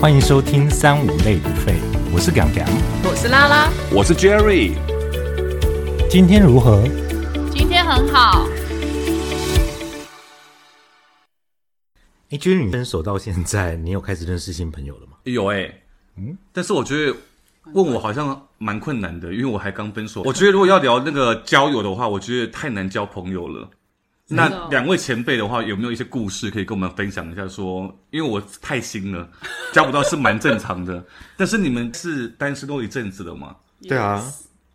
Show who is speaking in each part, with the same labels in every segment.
Speaker 1: 欢迎收听三五类不废，我是 Gang Gang。
Speaker 2: 我是拉拉，
Speaker 3: 我是 Jerry，
Speaker 1: 今天如何？
Speaker 2: 今天很好。
Speaker 1: 哎，君你分手到现在，你有开始认识新朋友了吗？
Speaker 3: 有哎、嗯，但是我觉得问我好像蛮困难的，因为我还刚分手。我觉得如果要聊那个交友的话，我觉得太难交朋友了。
Speaker 2: 真的
Speaker 3: 那
Speaker 2: 哦
Speaker 3: 两位前辈的话，有没有一些故事可以跟我们分享一下说因为我太新了， 交不到是蛮正常的。但是你们是单身都一阵子了吗？
Speaker 1: 对啊，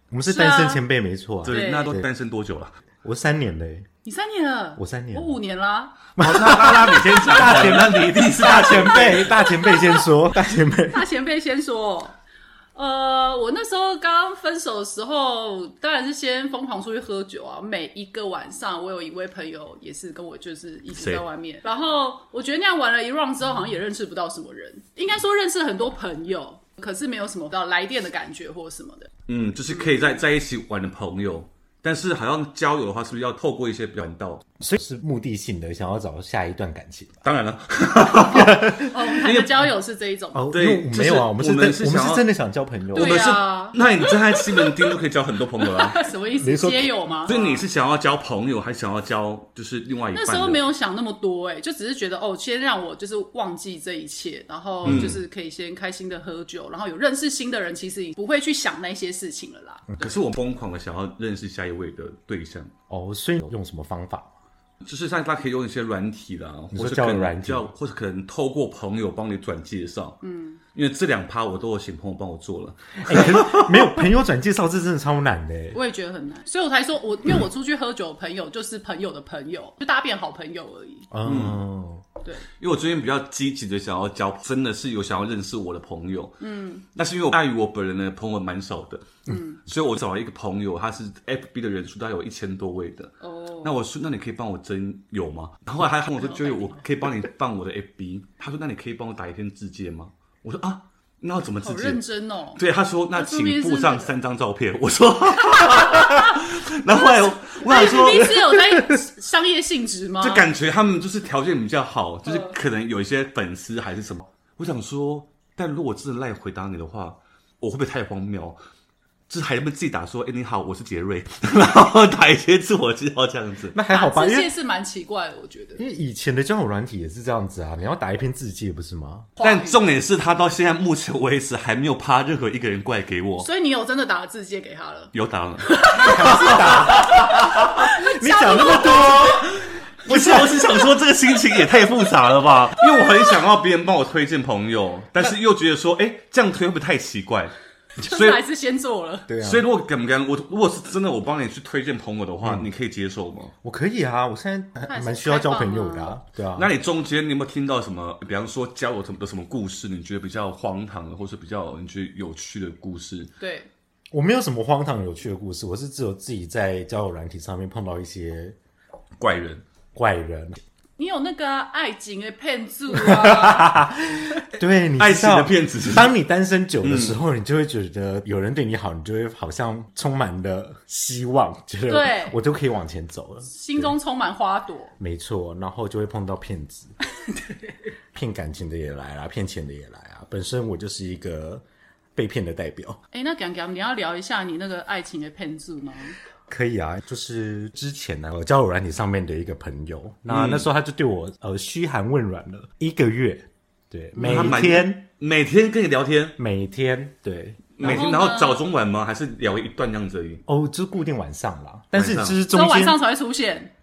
Speaker 1: 我们是
Speaker 2: 是啊
Speaker 1: 单身前辈没错啊。
Speaker 3: 对，
Speaker 2: 对
Speaker 3: 那都单身多久了？
Speaker 1: 我三年嘞，
Speaker 2: 你三年了，
Speaker 1: 我三年了
Speaker 2: 我五年啦。
Speaker 1: 哦
Speaker 3: 好，那拉拉你先 讲好了，那你一定是大
Speaker 1: 大前辈， 大前辈先说，大前辈。
Speaker 2: 大前辈先说，呃，我那时候刚分手的时候，当然是先疯狂出去喝酒啊。每一个晚上，我有一位朋友也是跟我就是一起
Speaker 3: 谁
Speaker 2: 在外面，然后我觉得那样玩了一 round 之后，好像也认识不到什么人，应该说认识了很多朋友，可是没有什么到来电的感觉或什么的。
Speaker 3: 嗯，就是可以在在一起玩的朋友。但是好像交友的话，是不是要透过一些管道？
Speaker 1: 所以是目的性的，想要找下一段感情吧。
Speaker 3: 当然了，
Speaker 2: 哦，我们谈的交友是这一种，
Speaker 1: 哦，
Speaker 3: 对
Speaker 1: 因为我
Speaker 3: 就是
Speaker 1: 没有啊，我们是
Speaker 3: 我
Speaker 1: 真
Speaker 3: 们
Speaker 1: 我
Speaker 3: 是想
Speaker 1: 们
Speaker 3: 要
Speaker 1: 是真的想交朋友
Speaker 3: 我
Speaker 2: 对。
Speaker 3: 们是
Speaker 2: 啊，
Speaker 3: 那你站在西门町都可以交很多朋友 啊。
Speaker 2: 什么意
Speaker 1: 你
Speaker 2: 思？
Speaker 1: 说
Speaker 2: 皆有吗？
Speaker 3: 所以你是想要交朋友，还想要交就是另外一半
Speaker 2: 那
Speaker 3: 的？
Speaker 2: 时候没有想那么多、哎，就只是觉得哦，先让我就是忘记这一切，然后
Speaker 3: 嗯
Speaker 2: 就是可以先开心的喝酒，然后有认识新的人，其实你不会去想那些事情了啦。
Speaker 3: 可是我疯狂的想要认识下一位的对象，
Speaker 1: 哦，所以有用什么方法？
Speaker 3: 就是像他可以用一些软体啦，
Speaker 1: 你说
Speaker 3: 或者
Speaker 1: 交友
Speaker 3: 可能
Speaker 1: 软体
Speaker 3: 叫或者可能透过朋友帮你转介绍。嗯，因为这两趴我都有请朋友帮我做了。
Speaker 1: 哎可是 没有朋友转介绍，这真的超难的。
Speaker 2: 我也觉得很难，所以我才说我，因为我出去喝酒，的朋友就是朋友的朋友，就大家变好朋友而已。
Speaker 1: 嗯，
Speaker 2: 对，
Speaker 3: 因为我最近比较积极的想要交，真的是有想要认识我的朋友。嗯，那是因为我碍于我本人的朋友蛮少的，嗯，所以我找了一个朋友，他是 FB 的人数大概有一千多位的。
Speaker 2: 哦，
Speaker 3: 那我说，那你可以帮我征友吗？然后他还跟我说，就是我可以帮你放我的 FB。他 说，那你可以帮我打一篇自荐吗？我说啊，那要怎么自
Speaker 2: 好
Speaker 3: 荐
Speaker 2: 认？真哦。
Speaker 3: 对，他说那
Speaker 2: 那说不定
Speaker 3: 请
Speaker 2: 是
Speaker 3: 附上
Speaker 2: 那个
Speaker 3: 三张照片。我说， 然后后来我我想说，
Speaker 2: 哎你是有在商业性质吗？
Speaker 3: 就感觉他们就是条件比较
Speaker 2: 嗯
Speaker 3: 好，就是可能有一些粉丝还是什么。我想说，但如果我真的赖回答你的话，我会不会太荒谬？就是还不自己打说，哎、你好，我是杰瑞，然后打一些自我介绍啊这样子。
Speaker 1: 那还好吧，
Speaker 2: 打
Speaker 1: 因
Speaker 2: 字
Speaker 1: 为
Speaker 2: 界是蛮奇怪的，我觉得。
Speaker 1: 因为以前的交友软体也是这样子啊，你要打一篇字界不是吗？
Speaker 3: 但重点是他到现在目前为止还没有趴任何一个人怪给我，
Speaker 2: 所以你有真的打了字界给他了？
Speaker 3: 有打了。
Speaker 1: 你讲那么 多，
Speaker 3: 不是，我是想说这个心情也太复杂了吧？因为我很想要别人帮我推荐朋友，但是又觉得说，哎、这样推会不会太奇怪？
Speaker 2: 就是 还是先做了。
Speaker 1: 对啊，
Speaker 3: 所以如果敢不敢，我如果是真的我帮你去推荐朋友的
Speaker 1: 嗯
Speaker 3: 话，你可以接受吗？
Speaker 1: 我可以啊，我现在还
Speaker 2: 还是
Speaker 1: 蛮需要交朋友的、啊，对啊。
Speaker 3: 那你中间你有没有听到什么？比方说教我什么的什么故事，你觉得比较荒唐的，或是比较你觉得有趣的故事？
Speaker 2: 对，
Speaker 1: 我没有什么荒唐有趣的故事，我是只有自己在交友软体上面碰到一些
Speaker 3: 怪人，
Speaker 1: 怪人。
Speaker 2: 你有那个啊爱情的骗术啊，
Speaker 1: 对，你知道
Speaker 3: 爱情的骗子是不是
Speaker 1: 当你单身久的时候，你就会觉得有人对你好，你就会好像充满了希望，觉得
Speaker 2: 对
Speaker 1: 我都可以往前走了。
Speaker 2: 心中充满花朵。
Speaker 1: 没错，然后就会碰到骗 子，骗感情的也来啦，骗钱的也来啊。本身我就是一个被骗的代表，
Speaker 2: 哎、那 Gang Gang，你要聊一下你那个爱情的骗术吗？
Speaker 1: 可以啊。就是之前呢，我交友软体上面的一个朋友，那、那时候他就对我呃嘘寒问暖了一个月，对，每
Speaker 3: 他蛮
Speaker 1: 天
Speaker 3: 每天跟你聊天，
Speaker 1: 每天对。
Speaker 3: 每天
Speaker 2: 然
Speaker 3: 然
Speaker 2: 后
Speaker 3: 后
Speaker 2: 呢
Speaker 3: 早中晚吗？还是聊一段这样子而已？
Speaker 1: 哦，就是固定晚上啦，但是
Speaker 3: 晚上
Speaker 1: 就是
Speaker 2: 只
Speaker 1: 中
Speaker 2: 有晚
Speaker 1: 间
Speaker 2: 上才会出现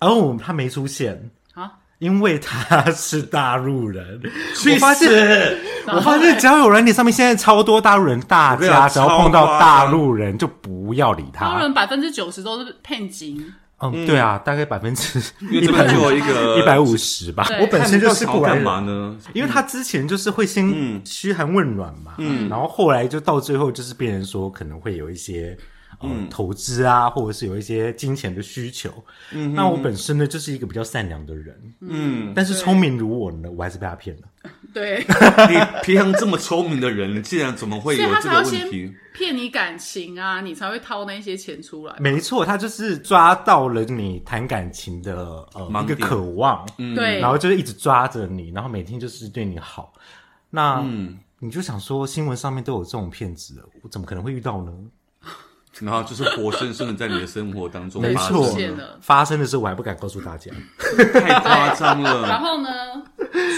Speaker 1: 哦，他没出现，
Speaker 2: 啊？
Speaker 1: 因为他是大陆 人。我
Speaker 3: 去
Speaker 1: 发现
Speaker 3: 死！
Speaker 1: 我发现交友软体上面现在超多大陆人，大
Speaker 3: 我跟你讲
Speaker 1: 家只要碰到大陆人就不要理
Speaker 2: 当
Speaker 1: 他。
Speaker 2: 然，百分之九十都是骗情。
Speaker 1: 嗯，对啊，大概百分之
Speaker 3: 因为
Speaker 1: 一
Speaker 3: 这
Speaker 1: 百
Speaker 3: 边就有
Speaker 1: 五
Speaker 3: 一个
Speaker 1: 一百五十吧。
Speaker 2: 对
Speaker 1: 我本身就是
Speaker 3: 想
Speaker 1: 过来
Speaker 3: 要干
Speaker 1: 人，
Speaker 3: 嘛呢？
Speaker 1: 因为他之前就是会先嘘寒问暖嘛，然后后来就到最后就是变成说可能会有一些。嗯，投资啊，或者是有一些金钱的需求。嗯，那我本身呢，就是一个比较善良的人。嗯，但是聪明如我呢，我还是被他骗了。
Speaker 2: 对，
Speaker 3: 你平常这么聪明的人，你竟然怎么会
Speaker 2: 所以
Speaker 3: 有
Speaker 2: 他
Speaker 3: 这
Speaker 2: 才要
Speaker 3: 个
Speaker 2: 先
Speaker 3: 问题？
Speaker 2: 骗你感情啊，你才会掏那些钱出来。
Speaker 1: 没错，他就是抓到了你谈感情的呃
Speaker 3: 盲
Speaker 1: 一
Speaker 3: 点
Speaker 1: 个渴望，
Speaker 2: 对
Speaker 3: 嗯
Speaker 1: 然后就是一直抓着你，然后每天就是对你好。那
Speaker 3: 嗯，
Speaker 1: 你就想说，新闻上面都有这种骗子了，我怎么可能会遇到呢？
Speaker 3: 然后就是活生生的在你的生活当中
Speaker 1: 没
Speaker 3: 发
Speaker 1: 错
Speaker 2: 出
Speaker 3: 生，
Speaker 2: 现了。
Speaker 1: 发生的时候我还不敢告诉大家，
Speaker 3: 太夸 张了。
Speaker 2: 然后呢？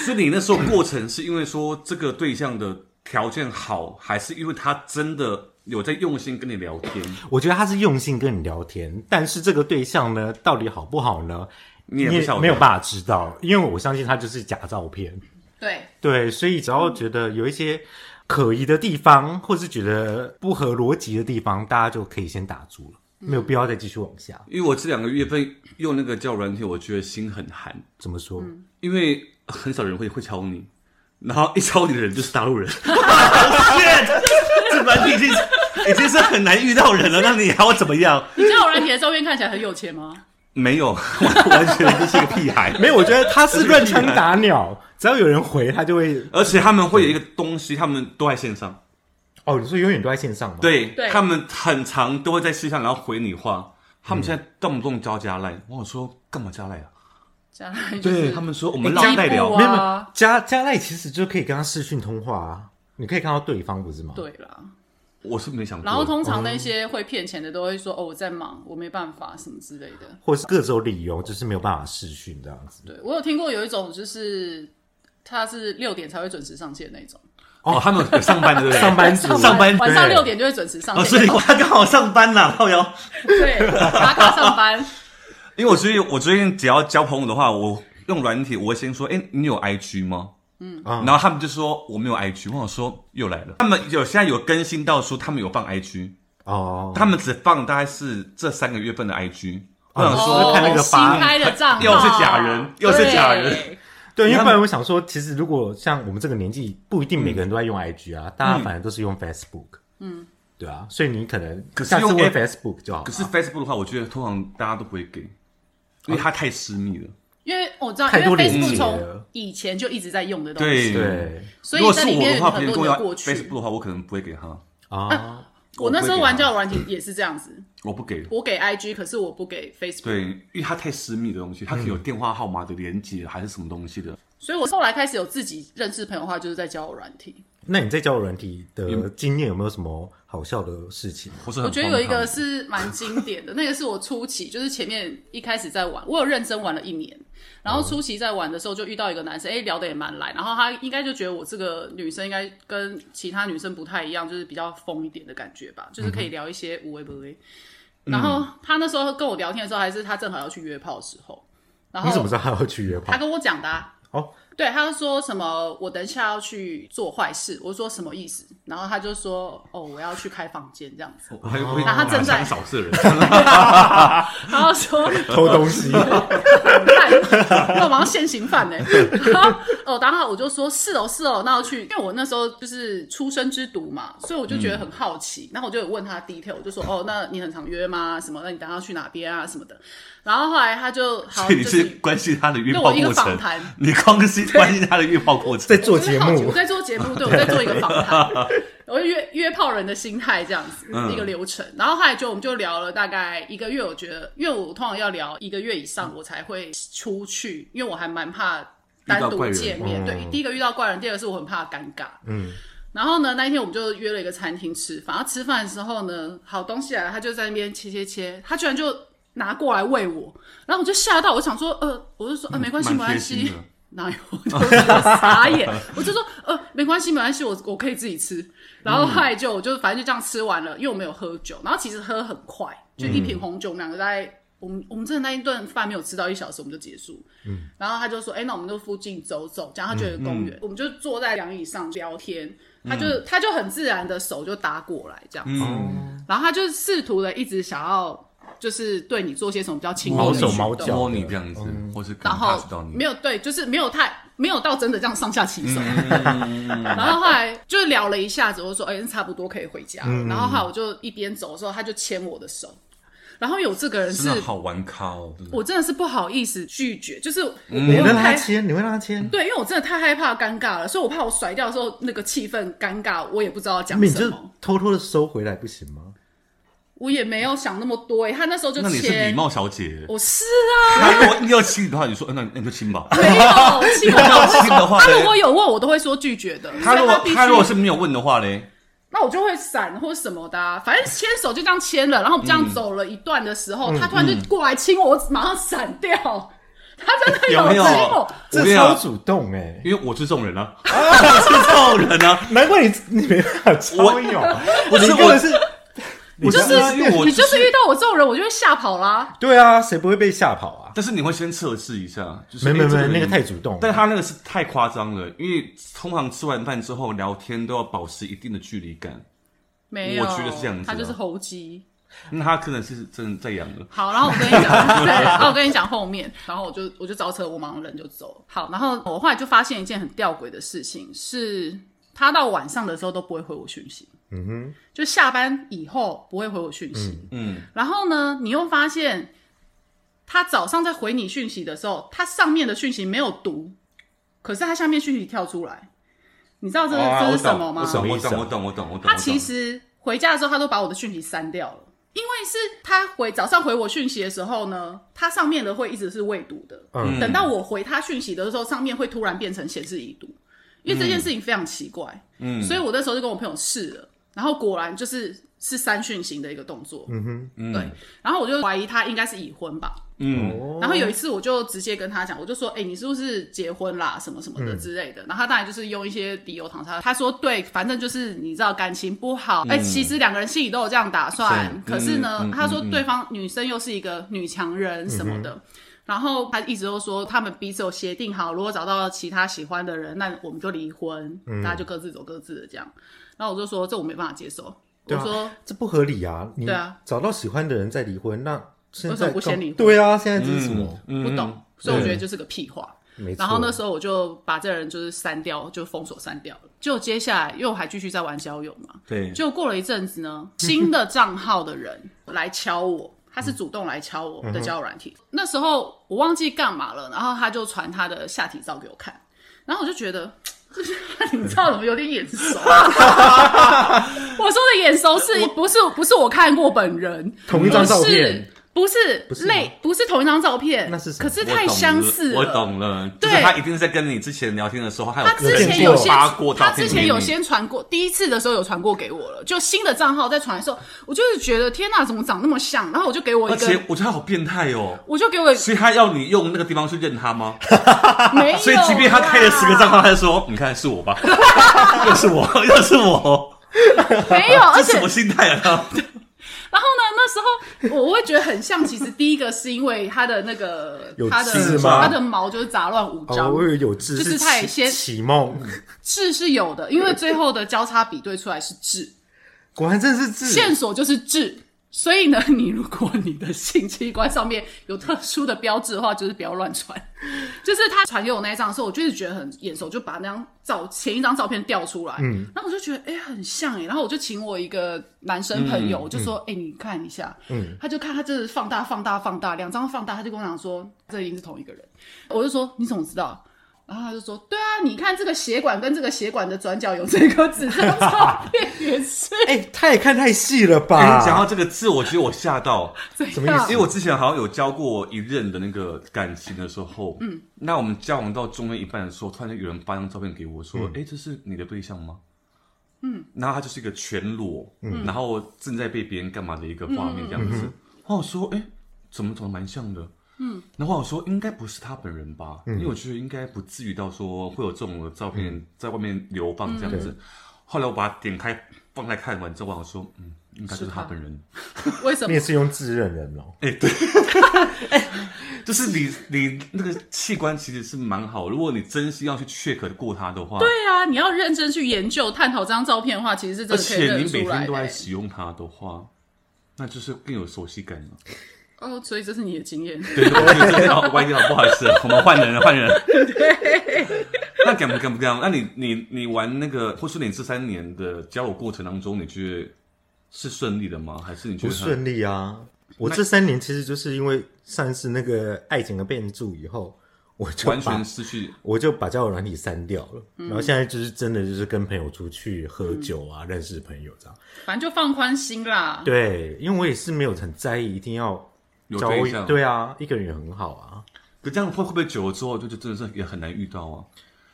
Speaker 3: 所以你那时候过程是因为说这个对象的条件好，还是因为他真的有在用心跟你聊天？
Speaker 1: 我觉得他是用心跟你聊天，但是这个对象呢，到底好不好呢？
Speaker 3: 你也不晓得
Speaker 1: 没有办法知道，因为我相信他就是假照片。
Speaker 2: 对，
Speaker 1: 对，所以只要觉得有一些可疑的地方，或是觉得不合逻辑的地方，大家就可以先打住了，没有必要再继续往下。
Speaker 3: 因为我这两个月份用那个交友软体，我觉得心很寒，
Speaker 1: 怎么说？
Speaker 3: 因为很少人会会敲你，然后一敲你的人就是大陆人，
Speaker 4: 这软体已经已经是很难遇到人了，那你还要怎么样？
Speaker 2: 你知道我让你的照片看起来很有钱吗？
Speaker 3: 没有，完完全就是一个屁孩。
Speaker 1: 没有，我觉得他是乱
Speaker 3: 啊
Speaker 1: 枪打鸟，只要有人回，他就会。
Speaker 3: 而且他们会有一个东西，他们都在线上，
Speaker 1: 哦，你说永远都在线上吗？，
Speaker 3: 对嗯
Speaker 2: 对
Speaker 3: 他们很长都会在线上，然后回你话。他们现在动不动教加赖，我想说干嘛加赖啊？
Speaker 2: 这样就是
Speaker 3: 对他们说我们
Speaker 2: 你
Speaker 3: 让
Speaker 2: 进
Speaker 3: 代聊
Speaker 2: 步，
Speaker 1: 没有没有
Speaker 2: 哇，
Speaker 1: 加加赖其实就可以跟他视讯通话啊，你可以看到对方不是吗？，
Speaker 2: 对啦。
Speaker 3: 我是没想过。
Speaker 2: 然后通常那些会骗钱的都会说：“哦，我在忙，我没办法，什么之类的。
Speaker 1: 或是各种理由，就是没有办法视讯这样子。
Speaker 2: 对”我有听过有一种就是他是六点才会准时上线那种，
Speaker 3: 哦，他们有上班的对不对？
Speaker 1: 上班族，
Speaker 4: 上班
Speaker 2: 晚上
Speaker 1: 对
Speaker 2: 六点就会准时上
Speaker 4: 哦，所
Speaker 2: 线
Speaker 4: 以，他刚好上班啦，靠腰。
Speaker 2: 对，打卡上班，
Speaker 3: 因为我最近我最近只要交朋友的话，我用软体，我会先说，哎、你有 IG 吗？
Speaker 1: 啊
Speaker 2: 嗯
Speaker 3: 然后他们就说我没有 IG，我想说又来了。他们有现在有更新到说他们有放 IG，
Speaker 1: 哦，
Speaker 3: 他们只放大概是这三个月份的 IG。我想
Speaker 1: 哦
Speaker 3: 说，
Speaker 1: 看那个
Speaker 2: 新
Speaker 1: 发
Speaker 2: 开的账号，
Speaker 3: 又是假人又是假人
Speaker 2: 对，
Speaker 1: 对，因为
Speaker 3: 他
Speaker 1: 不
Speaker 3: 们
Speaker 1: 然我想说，其实如果像我们这个年纪，不一定每个人都在用 IG 啊，大家反正都是用 Facebook，嗯，对啊，所以你可能
Speaker 3: 可是
Speaker 1: 下次
Speaker 3: 用
Speaker 1: 问
Speaker 3: F-
Speaker 1: Facebook 就好了
Speaker 3: 可是 Facebook 的话，我觉得通常大家都不会给，因为它太私密了。
Speaker 2: 因为我知道，
Speaker 1: 太
Speaker 2: 因
Speaker 1: 多
Speaker 2: 为
Speaker 1: 连接
Speaker 2: Facebook 从
Speaker 1: 了
Speaker 2: 以前就一直在用的东西，
Speaker 3: 对
Speaker 1: 对
Speaker 2: 所
Speaker 3: 如
Speaker 2: 以
Speaker 3: 果
Speaker 2: 在
Speaker 3: 是
Speaker 2: 里
Speaker 3: 我
Speaker 2: 面
Speaker 3: 的话，
Speaker 2: 有
Speaker 3: 别
Speaker 2: 很
Speaker 3: 人
Speaker 2: 多
Speaker 3: 跟
Speaker 2: 人的
Speaker 3: 我要
Speaker 2: 过去。
Speaker 3: Facebook 的话，我可能不会给他，
Speaker 1: 啊，
Speaker 2: 我那时候玩
Speaker 3: 我不会给他
Speaker 2: 交友软体也是这样子，
Speaker 3: 我不给。
Speaker 2: 我给 IG，可是我不给 Facebook。
Speaker 3: 对，因为它太私密的东西，它可以有电话号码的连接，还是什么东西的。
Speaker 2: 所以我后来开始有自己认识朋友的话，就是在交友软体。
Speaker 1: 那你在交友软体的经验有没有什么好笑的事情？
Speaker 3: 不是很
Speaker 2: 我觉得有一
Speaker 3: 荒
Speaker 2: 个
Speaker 3: 唐
Speaker 2: 是蛮经典的，那个是我初期， 就是前面一开始在玩，我有认真玩了一年。然后初期在玩的时候，就遇到一个男生，哎、聊得也蛮来，然后他应该就觉得我这个女生应该跟其他女生不太一样，就是比较疯一点的感觉吧，就是可以聊一些无微不微。
Speaker 1: 嗯
Speaker 2: 然后他那时候跟我聊天的时候，还是他正好要去约炮的时候，然后
Speaker 1: 你怎么知道他要去约炮
Speaker 2: 他？跟我讲的、啊。
Speaker 1: 哦，
Speaker 2: 对，他就说什么我等一下要去做坏事，我说什么意思？然后他就说哦，我要去开房间这样子，
Speaker 3: 我还
Speaker 1: 哦
Speaker 3: 会
Speaker 2: 那他正在
Speaker 3: 拿枪扫射人，
Speaker 2: 然后说
Speaker 1: 偷东西，
Speaker 2: 看，那我马上现行犯呢、 然后哦，然后我就说是哦是哦，那要去，因为我那时候就是出生之毒嘛，所以我就觉得很好奇，
Speaker 3: 嗯
Speaker 2: 然后我就有问他 detail，我就说哦，那你很常约吗？什么？那你等一下要去哪边啊？什么的。然后后来他就 好，
Speaker 3: 所以你
Speaker 2: 就是
Speaker 3: 是关心他的约
Speaker 2: 对
Speaker 3: 炮
Speaker 2: 我一个
Speaker 3: 过
Speaker 2: 访
Speaker 3: 程，
Speaker 2: 谈，
Speaker 3: 你光是关心他的约炮过程
Speaker 1: 在。做
Speaker 2: 我就
Speaker 1: 节
Speaker 2: 是好奇，我
Speaker 1: 目，
Speaker 2: 在做节目，对我在做一个访谈，我就约约炮人的心态这样子、
Speaker 3: 嗯
Speaker 2: 一个流程。然后后来就我们就聊了大概一个月，我觉得，因为我通常要聊一个月以上，我才会出去，因为我还蛮怕单独见
Speaker 1: 遇
Speaker 2: 面。
Speaker 1: 到怪人
Speaker 2: 对，第一个遇到怪人，第二个是我很怕尴尬。
Speaker 1: 嗯，
Speaker 2: 然后呢，那一天我们就约了一个餐厅吃饭。然后吃饭的时候呢，好东西来了，他就在那边切切切，他居然就拿过来喂我，然后我就吓到，我想说，呃，我就说，呃，没关系，没
Speaker 3: 嗯蛮
Speaker 2: 关
Speaker 3: 贴心
Speaker 2: 系
Speaker 3: 的。
Speaker 2: 哪有？我就呃傻眼，我就说呃，没关系，没关系，我我可以自己吃。然后后来就我就反正就这样吃完了，因为我没有喝酒，然后其实喝很快，就一
Speaker 3: 嗯
Speaker 2: 瓶红酒，我们两个在我们我们真的那一顿饭没有吃到一小时，我们就结束。嗯，然后他就说，哎、那我们就附近走走，这样他就有个
Speaker 1: 嗯
Speaker 2: 公园，我们就坐在凉椅上聊天。他就、他就很自然的手就搭过来这样子，
Speaker 3: 嗯，
Speaker 2: 然后他就试图的一直想要就是对你做些什么比较亲密
Speaker 1: 毛
Speaker 2: 的
Speaker 1: 手
Speaker 2: 举
Speaker 1: 毛
Speaker 2: 动
Speaker 1: 脚
Speaker 3: 摸你这样子，
Speaker 1: 嗯
Speaker 3: 或是可
Speaker 2: 然
Speaker 3: 能
Speaker 2: 后
Speaker 3: touch 到你
Speaker 2: 没，有对，就是没有太没有到真的这样上下其手。
Speaker 1: 嗯
Speaker 2: 然后后来就聊了一下子，我就说哎、那差不多可以回家了。
Speaker 1: 嗯
Speaker 2: 然后后来我就一边走的时候，他就牵我的手，然后有这个人
Speaker 3: 真
Speaker 2: 是
Speaker 3: 的好玩咖哦，真的
Speaker 2: 我真的是不好意思拒绝，就是我
Speaker 1: 嗯你会
Speaker 2: 我
Speaker 1: 让他
Speaker 2: 太
Speaker 1: 签，你会让他签，
Speaker 2: 对，因为我真的太害怕尴尬了，所以我怕我甩掉的时候那个气氛尴尬，我也不知道要讲
Speaker 1: 啊你
Speaker 2: 什
Speaker 1: 就
Speaker 2: 么。
Speaker 1: 偷偷的收回来不行吗？
Speaker 2: 我也没有想那么多、欸，他那时候就
Speaker 3: 那你是礼
Speaker 2: 签。
Speaker 3: 貌小姐。
Speaker 2: 我是啊，
Speaker 3: 那如果你有亲的话，你说，嗯那那你就 亲吧。
Speaker 2: 没有亲
Speaker 3: 那
Speaker 2: 我
Speaker 3: 要亲的话
Speaker 2: 他如
Speaker 3: 嘞，
Speaker 2: 果有问，我都会说拒绝的。
Speaker 3: 他
Speaker 2: 所
Speaker 3: 如
Speaker 2: 以
Speaker 3: 果
Speaker 2: 必须
Speaker 3: 他如果是没有问的话嘞，
Speaker 2: 那我就会闪或什么的、啊，反正牵手就这样牵了，然后我们这样
Speaker 3: 嗯
Speaker 2: 走了一段的时候，他突然就过来亲我，我马上闪掉。他真的
Speaker 3: 有没有
Speaker 2: 亲我，
Speaker 3: 我
Speaker 1: 这
Speaker 3: 跟你
Speaker 1: 超
Speaker 3: 讲
Speaker 1: 主动哎、
Speaker 3: 因为我是这种人啊， 我是这种人啊，
Speaker 1: 难怪你你没办法超有，
Speaker 3: 我
Speaker 1: 你
Speaker 3: 是
Speaker 1: 根
Speaker 3: 我
Speaker 1: 本是，
Speaker 3: 我
Speaker 1: 你
Speaker 3: 就是
Speaker 1: 刚刚
Speaker 3: 因为我
Speaker 2: 你就是遇到我这种人，我就会吓跑啦。
Speaker 1: 对啊，谁不会被吓跑啊？
Speaker 3: 但是你会先测试一下，就是
Speaker 1: 没
Speaker 3: 诶
Speaker 1: 没
Speaker 3: 这
Speaker 1: 没，
Speaker 3: 人
Speaker 1: 那个太主动了，
Speaker 3: 但他那个是太夸张了，因为通常吃完饭之后聊天都要保持一定的距离感，
Speaker 2: 没有，
Speaker 3: 我觉得是这样子啊
Speaker 2: 他就是猴鸡。
Speaker 3: 那他可能是真的在养了。
Speaker 2: 好，然后我跟你讲，对，然后我跟你讲后面，然后我就我就招车，我马上人就走了。好，然后我后来就发现一件很吊诡的事情，是他到晚上的时候都不会回我讯息，
Speaker 1: 嗯哼，
Speaker 2: 就下班以后不会回我讯息。
Speaker 3: 嗯，
Speaker 2: 然后呢，你又发现他早上在回你讯息的时候，他上面的讯息没有读，可是他下面讯息跳出来，你知道这、
Speaker 3: 啊
Speaker 2: 这
Speaker 3: 我
Speaker 2: 是什
Speaker 3: 懂
Speaker 2: 么吗？
Speaker 3: 我懂，
Speaker 1: 什么
Speaker 3: 我
Speaker 1: 意思啊
Speaker 3: 懂，我懂，我懂，我懂。
Speaker 2: 他
Speaker 3: 我懂
Speaker 2: 其实回家的时候，他都把我的讯息删掉了，因为是他回早上回我讯息的时候呢，他上面的会一直是未读的，
Speaker 1: 嗯
Speaker 2: 等到我回他讯息的时候，上面会突然变成显示已读，因为这件事情非常奇怪，
Speaker 3: 嗯
Speaker 2: 所以我那时候就跟我朋友试了，然后果然就是是删讯型的一个动作，
Speaker 1: 嗯哼，
Speaker 2: 对，然后我就怀疑他应该是已婚吧，
Speaker 3: 嗯，
Speaker 1: 哦
Speaker 2: 然后有一次我就直接跟他讲，我就说：“哎、你是不是结婚啦？什么什么的
Speaker 1: 嗯
Speaker 2: 之类的。然后他当然就是用一些理由搪塞，他说：“对，反正就是你知道感情不好，哎、其实两个人心里都有这样打算，
Speaker 3: 嗯是
Speaker 2: 可是呢，
Speaker 3: 嗯嗯
Speaker 2: 他说
Speaker 3: 嗯嗯
Speaker 2: 对方女生又是一个女强人什么
Speaker 1: 嗯
Speaker 2: 的。然后他一直都说，他们彼此有协定好，如果找到其他喜欢的人，那我们就离婚，大家就各自走各自的这样。然后我就说，这我没办法接受。
Speaker 1: 对
Speaker 2: 我说
Speaker 1: 啊，这不合理啊！你
Speaker 2: 对啊
Speaker 1: 找到喜欢的人再离婚，那现
Speaker 2: 为什
Speaker 1: 在
Speaker 2: 么不先
Speaker 1: 干
Speaker 2: 离婚
Speaker 1: 对啊，现在这是什么？
Speaker 3: 嗯
Speaker 2: 不懂，
Speaker 3: 嗯
Speaker 2: 所以我觉得就是个屁话。
Speaker 1: 没错，
Speaker 2: 然后那时候我就把这人就是删掉，就封锁删掉了。就接下来，因为我还继续在玩交友嘛，
Speaker 3: 对，
Speaker 2: 就过了一阵子 呢，新的账号的人来敲我，他是主动来敲我的交友软
Speaker 1: 嗯
Speaker 2: 体。那时候我忘记干嘛了，然后他就传他的下体照给我看，然后我就觉得。你知道怎么有点眼熟？啊 我说的眼熟是不是不是我看过本人？
Speaker 1: 同一张照片
Speaker 2: 不是
Speaker 1: 不
Speaker 2: 不是
Speaker 1: 是
Speaker 2: 类不是同一张照片，
Speaker 1: 那是什
Speaker 2: 可
Speaker 1: 么
Speaker 2: 是
Speaker 3: 我懂
Speaker 2: 太相似了，
Speaker 3: 我懂了，就是
Speaker 2: 对
Speaker 3: 他一定是在跟你之前聊天的时候，他有
Speaker 2: 他之前
Speaker 1: 见过
Speaker 2: 有先
Speaker 3: 发过照
Speaker 2: 他
Speaker 3: 片
Speaker 2: 之前有
Speaker 3: 给你
Speaker 2: 先传过，第一次的时候有传过给我了，就新的账号在传的时候，我就是觉得天哪，怎么长那么像？然后我就给我一
Speaker 3: 而且
Speaker 2: 个，
Speaker 3: 我觉得他好变态哦。
Speaker 2: 我就给我
Speaker 3: 所以他要你用那个地方去认他吗？
Speaker 2: 没有啦，
Speaker 3: 所以即便他开了十个账号，他就说：“你看是我吧， 又是我，又是我。
Speaker 2: 没有，”而
Speaker 3: 这
Speaker 2: 且
Speaker 3: 什么心态啊？
Speaker 2: 然后呢，那时候我会觉得很像，其实第一个是因为他的那个
Speaker 1: 有
Speaker 2: 他
Speaker 1: 痣
Speaker 2: 的
Speaker 1: 吗
Speaker 2: 他的毛就是杂乱无章
Speaker 1: 哦，，我以为有志
Speaker 2: 就是
Speaker 1: 启
Speaker 2: 他也先
Speaker 1: 启 梦，
Speaker 2: 痣是有的，因为最后的交叉比对出来是痣。
Speaker 1: 果然真是志
Speaker 2: 线索就是痣。所以呢，你如果你的性器官上面有特殊的标志的话，就是不要 乱传。就是他传给我那一张的时候，我就是觉得很眼熟，就把那张照前一张照片调出来，嗯，然后我就觉得哎、很像哎，然后我就请我一个男生朋
Speaker 1: 嗯
Speaker 2: 友，我就说哎、你看一下，嗯，他就看他就是放大放大放大两张放大，他就跟我讲说这一定是同一个人，我就说你怎么知道？然后他就说：“对啊，你看这个血管跟这个血管的转角有这颗痣，这张照片也是。
Speaker 1: 哎、他也看太细了
Speaker 3: 哎
Speaker 1: 吧？
Speaker 3: 讲到这个字，我觉得我吓到，
Speaker 1: 什么意思
Speaker 3: 因为我之前好像有交过一任的那个感情的时候，嗯，那我们交往到中间一半的时候，突然间有人发张照片给我，说：“哎、这是你的对象吗？”嗯，然后他就是一个全裸，嗯，然后正在被别人干嘛的一个画面这样子。然后我说：“哎、怎么长得蛮像的？”嗯，然后我说应该不是他本人吧，因为我觉得应该不至于到说会有这种的照片在外面流放这样子。后来我把它点开放来看完之后，我想说，嗯，应该就是
Speaker 2: 是
Speaker 3: 他
Speaker 2: 他
Speaker 3: 本人。
Speaker 2: 为什么
Speaker 1: 你也是用自认人哦，
Speaker 3: 就是你你那个器官其实是蛮好，如果你真心要去 check 过它的话，
Speaker 2: 对啊，你要认真去研究、探讨这张照片的话，其实是真
Speaker 3: 而
Speaker 2: 的可以
Speaker 3: 且
Speaker 2: 认
Speaker 3: 你
Speaker 2: 得
Speaker 3: 每
Speaker 2: 出来
Speaker 3: 天都
Speaker 2: 的、欸
Speaker 3: 在使用它的话，那就是更有熟悉感了。
Speaker 2: 哦，所以这是你的经验。
Speaker 3: 对，我觉得这条歪掉，不好意思，我们换人了，换人。对，那敢不敢不敢？那你你你玩那个，或是你这三年的交友过程当中，你觉得是顺利的吗？还是你觉
Speaker 1: 不
Speaker 3: 得
Speaker 1: 顺利啊！我这三年其实就是因为上一次那个爱情的变注以后，我就
Speaker 3: 完全
Speaker 1: 把
Speaker 3: 失去
Speaker 1: 我就把交友软体删掉了。
Speaker 2: 嗯
Speaker 1: 然后现在就是真的就是跟朋友出去喝酒啊，认识朋友这样。
Speaker 2: 反正就放宽心啦。
Speaker 1: 对，因为我也是没有很在意，一定要
Speaker 3: 有
Speaker 1: 交
Speaker 3: 对象。
Speaker 1: 对啊，一个人也很好啊。
Speaker 3: 可这样会会不会久了之后，就就真的是也很难遇到啊？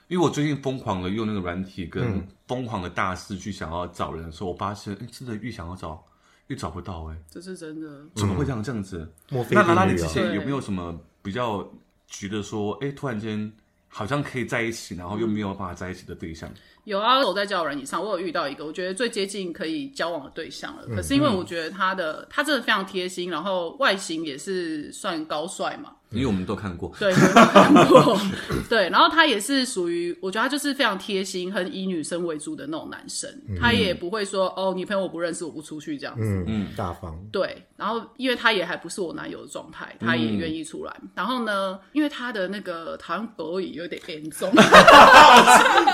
Speaker 3: 因为我最近疯狂的用那个软体
Speaker 1: 嗯
Speaker 3: 跟疯狂的大师去想要找人的时候，我发现，哎，真的越想要找越找不到、哎，
Speaker 2: 这是真的。
Speaker 3: 怎么会这样这样子？
Speaker 1: 莫嗯非
Speaker 3: 那拉
Speaker 1: 定
Speaker 3: 拉，你
Speaker 1: 律
Speaker 3: 之
Speaker 1: 啊？
Speaker 3: 前有没有什么比较觉得说，哎，突然间好像可以在一起，然后又没有办法在一起的对
Speaker 1: 嗯
Speaker 3: 象？
Speaker 2: 有啊，我在交友软件上，我有遇到一个我觉得最接近可以交往的对象了。
Speaker 3: 嗯
Speaker 2: 可是因为我觉得他的他真的非常贴心，然后外形也是算高帅 嘛，
Speaker 3: 因为我们都看过，
Speaker 2: 对，有看过， 对，然后他也是属于，我觉得他就是非常贴心，很以女生为主的那种男生，
Speaker 3: 嗯
Speaker 2: 他也不会说哦，女朋友我不认识，我不出去这样子。
Speaker 1: 嗯嗯，大方。
Speaker 2: 对，然后因为他也还不是我男友的状态，他也愿意出来。然后呢，因为他的那个好像博语有点严 重，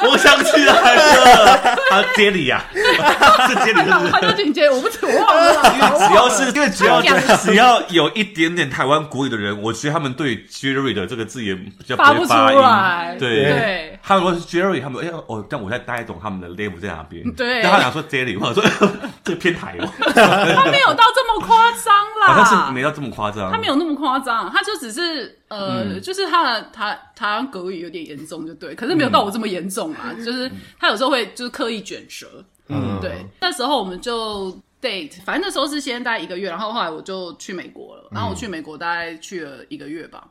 Speaker 4: 我想起来了，他接你
Speaker 3: 啊
Speaker 4: 呀，是接你是不是？
Speaker 2: 他就进阶，我不知我忘了 啦，我忘
Speaker 4: 只
Speaker 2: 了
Speaker 4: 要是因为只要
Speaker 2: 他讲
Speaker 3: 只要有一点点台湾国语的人，我觉得他们对 Jerry 的这个字眼比较
Speaker 2: 发
Speaker 3: 会
Speaker 2: 不出
Speaker 3: 发音。
Speaker 2: 来，
Speaker 3: 对
Speaker 2: 对。
Speaker 3: 他们如果是 Jerry，他们哎、呀，哦，但我在大概懂他们的 level 在哪边。
Speaker 2: 对
Speaker 3: 但他想说 Jerry，我想说 这个偏台哦，
Speaker 2: 他没有到这么夸张啦，
Speaker 3: 好像是没到这么夸张。
Speaker 2: 他没有那么夸张，啊他就只是呃，就是他的台台湾狗语有点严重，就对，可是没有到我这么严重啊，就是他有时候会就是刻意卷舌，
Speaker 1: 嗯，
Speaker 2: 对，那时候我们就 date，反正那时候是先待一个月，然后后来我就去美国了，然后我去美国大概去了一个月吧。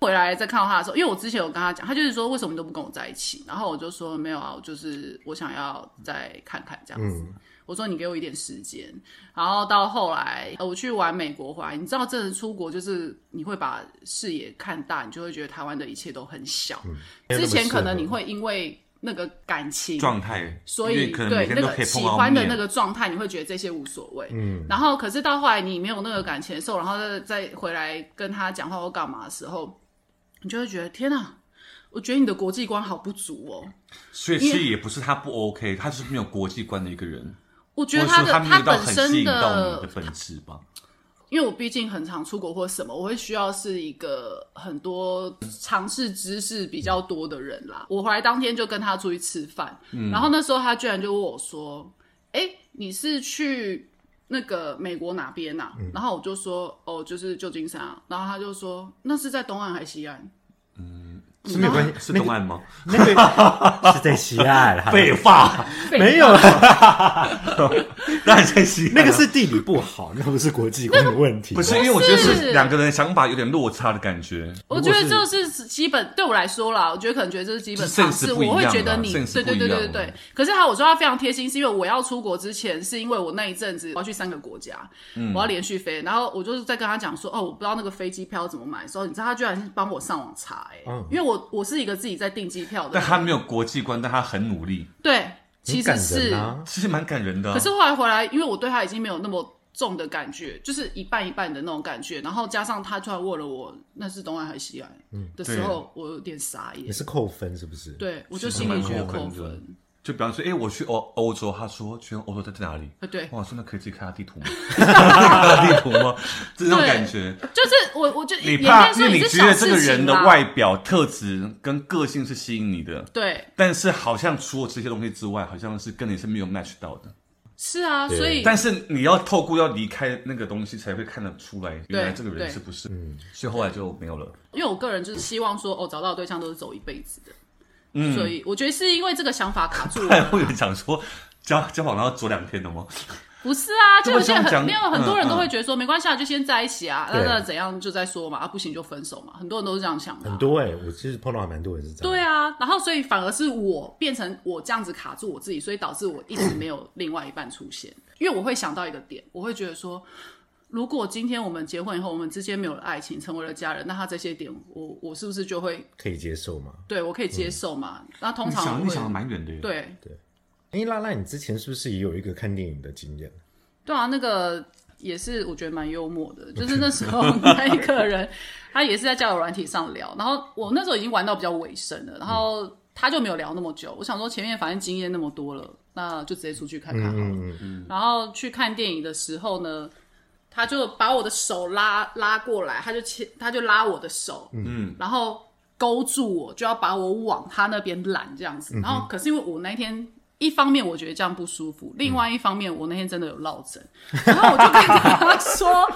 Speaker 2: 回来再看到他的时候，因为我之前有跟他讲，他就是说为什么你都不跟我在一起，然后我就说没有啊，我就是我想要再看看这样子。我说你给我一点时间，然后到后来呃我去玩美国回来，你知道，真的出国就是你会把视野看大，你就会觉得台湾的一切都很小。
Speaker 1: 没有那
Speaker 2: 之
Speaker 1: 么
Speaker 2: 前可能
Speaker 1: 适合
Speaker 2: 你会因为那个感情
Speaker 3: 状态，
Speaker 2: 所
Speaker 3: 因为
Speaker 2: 以
Speaker 3: 可能
Speaker 2: 对
Speaker 3: 每天
Speaker 2: 那
Speaker 3: 都可
Speaker 2: 个
Speaker 3: 以
Speaker 2: 喜
Speaker 3: 碰到
Speaker 2: 欢的
Speaker 3: 面
Speaker 2: 那个状态，你会觉得这些无所谓。嗯，然后可是到后来你没有那个感情的时候，然后再再回来跟他讲话或干嘛的时候，你就会觉得天啊，我觉得你的国际观好不足哦。
Speaker 3: 所以其实也不是他不 OK，他就是没有国际观的一个人，
Speaker 2: 我觉
Speaker 3: 或
Speaker 2: 得
Speaker 3: 者说
Speaker 2: 的
Speaker 3: 他没有到
Speaker 2: 本
Speaker 3: 很吸
Speaker 2: 身
Speaker 3: 引到你
Speaker 2: 的
Speaker 3: 的，本质吧。
Speaker 2: 因为我毕竟很常出国或什么，我会需要是一个很多尝试知识比较多的人啦。
Speaker 1: 嗯
Speaker 2: 我回来当天就跟他出去吃饭，然后那时候他居然就问我说：“哎、你是去那个美国哪边呐、啊？”
Speaker 1: 嗯
Speaker 2: 然后我就说：“哦，就是旧金山、啊。”然后他就说：“那是在东岸还是西岸？”
Speaker 1: 是没有关
Speaker 3: 是
Speaker 1: 嗯系，那
Speaker 3: 东
Speaker 1: 个
Speaker 3: 岸吗？
Speaker 1: 那 个是在西岸啦，
Speaker 4: 废话，
Speaker 1: 没有啦，
Speaker 4: 那你在西
Speaker 1: 那个是地理不好，那不是国际观的问题。
Speaker 3: 不是，因为我觉得是两个人想法有点落差的感觉。
Speaker 2: 我觉得这是基本对我来说啦，我觉得可能觉得这是基本常识，
Speaker 3: 就是 sense 不一
Speaker 2: 我
Speaker 3: 样啦
Speaker 2: 会觉得你
Speaker 3: sense
Speaker 2: 对对
Speaker 3: 不一
Speaker 2: 对
Speaker 3: 样啊
Speaker 2: 对对对。可是他我说他非常贴心，是因为我要出国之前，是因为我那一阵子我要去三个国家，
Speaker 3: 嗯
Speaker 2: 我要连续飞，然后我就是在跟他讲说，哦，我不知道那个飞机票怎么买的时候，你知道他居然是帮我上网查、欸，哎、因为我我是一个自己在订机票的
Speaker 3: 嗯但
Speaker 2: 人，
Speaker 3: 他没有国际观，但他很努力，
Speaker 2: 对，其
Speaker 1: 很
Speaker 2: 实
Speaker 1: 感
Speaker 2: 是
Speaker 1: 人啊，
Speaker 3: 其实蛮感人的啊。
Speaker 2: 可是后来回来，因为我对他已经没有那么重的感觉，就是一半一半的那种感觉，然后加上他突然问了我那是东岸还是西岸的时候，我有点傻眼
Speaker 1: 你。是扣分是不是？
Speaker 2: 对，我就是心里
Speaker 3: 蛮
Speaker 2: 觉得
Speaker 3: 扣
Speaker 2: 扣
Speaker 3: 分的
Speaker 2: 分。
Speaker 3: 就比方说，哎，我去欧欧洲，他说去欧洲在在哪里？
Speaker 2: 呃对，
Speaker 3: 哇，我说那可以自己看下地图吗？ 看下地图吗？这种感觉，
Speaker 2: 就是我，我就
Speaker 3: 你
Speaker 2: 也
Speaker 3: 怕，
Speaker 2: 变
Speaker 3: 因
Speaker 2: 说
Speaker 3: 为你
Speaker 2: 是
Speaker 3: 觉
Speaker 2: 小
Speaker 3: 得这个
Speaker 2: 事
Speaker 3: 人
Speaker 2: 情
Speaker 3: 的
Speaker 2: 啦。
Speaker 3: 外表特质跟个性是吸引你的，
Speaker 2: 对，
Speaker 3: 但是好像除了这些东西之外，好像是跟你是没有 match 到的。
Speaker 2: 是啊，
Speaker 1: 对
Speaker 2: 所以
Speaker 3: 但是你要透过要离开那个东西，才会看得出来原来
Speaker 2: 对
Speaker 3: 这个人
Speaker 2: 对
Speaker 3: 是不是。所以后来就没有了。
Speaker 2: 因为我个人就是希望说，哦，找到的对象都是走一辈子的。所以我觉得是因为这个想法卡住我
Speaker 3: 后来
Speaker 2: 了
Speaker 3: 会有人讲说，交交往然后走两天的吗？
Speaker 2: 不是啊，就有些
Speaker 3: 这么讲
Speaker 2: 很没有很多人都
Speaker 3: 嗯
Speaker 2: 会觉得说，没关系啊，就先在一起啊，那
Speaker 1: 对
Speaker 2: 那怎样就再说嘛，啊不行就分手嘛，很多人都是这样想的啊
Speaker 1: 很。多哎、我其实碰到还蛮多人是这样。
Speaker 2: 对啊，然后所以反而是我变成我这样子卡住我自己，所以导致我一直没有另外一半出现。因为我会想到一个点，我会觉得说，如果今天我们结婚以后，我们之间没有了爱情，成为了家人，那他这些点，我我是不是就会
Speaker 1: 可以接受吗？
Speaker 2: 对我可以接受嘛？那通
Speaker 3: 你
Speaker 2: 常
Speaker 3: 想
Speaker 2: 我
Speaker 3: 你
Speaker 2: 会
Speaker 3: 想的蛮远的耶。，
Speaker 2: 对
Speaker 1: 哎、拉拉，你之前是不是也有一个看电影的经验？
Speaker 2: 对啊，那个也是我觉得蛮幽默的，就是那时候那一个人，他也是在交友软体上聊，然后我那时候已经玩到比较尾声了，然后他就没有聊那么久，我想说前面反正经验那么多了，那就直接出去看看好了。然后去看电影的时候呢，他就把我的手拉拉过来，他就牵，他就拉我的手，嗯，然后勾住我，就要把我往他那边揽这样子。
Speaker 1: 嗯
Speaker 2: 然后可是因为我那天。一方面我觉得这样不舒服，另外一方面我那天真的有 落枕，然后我就跟他说：“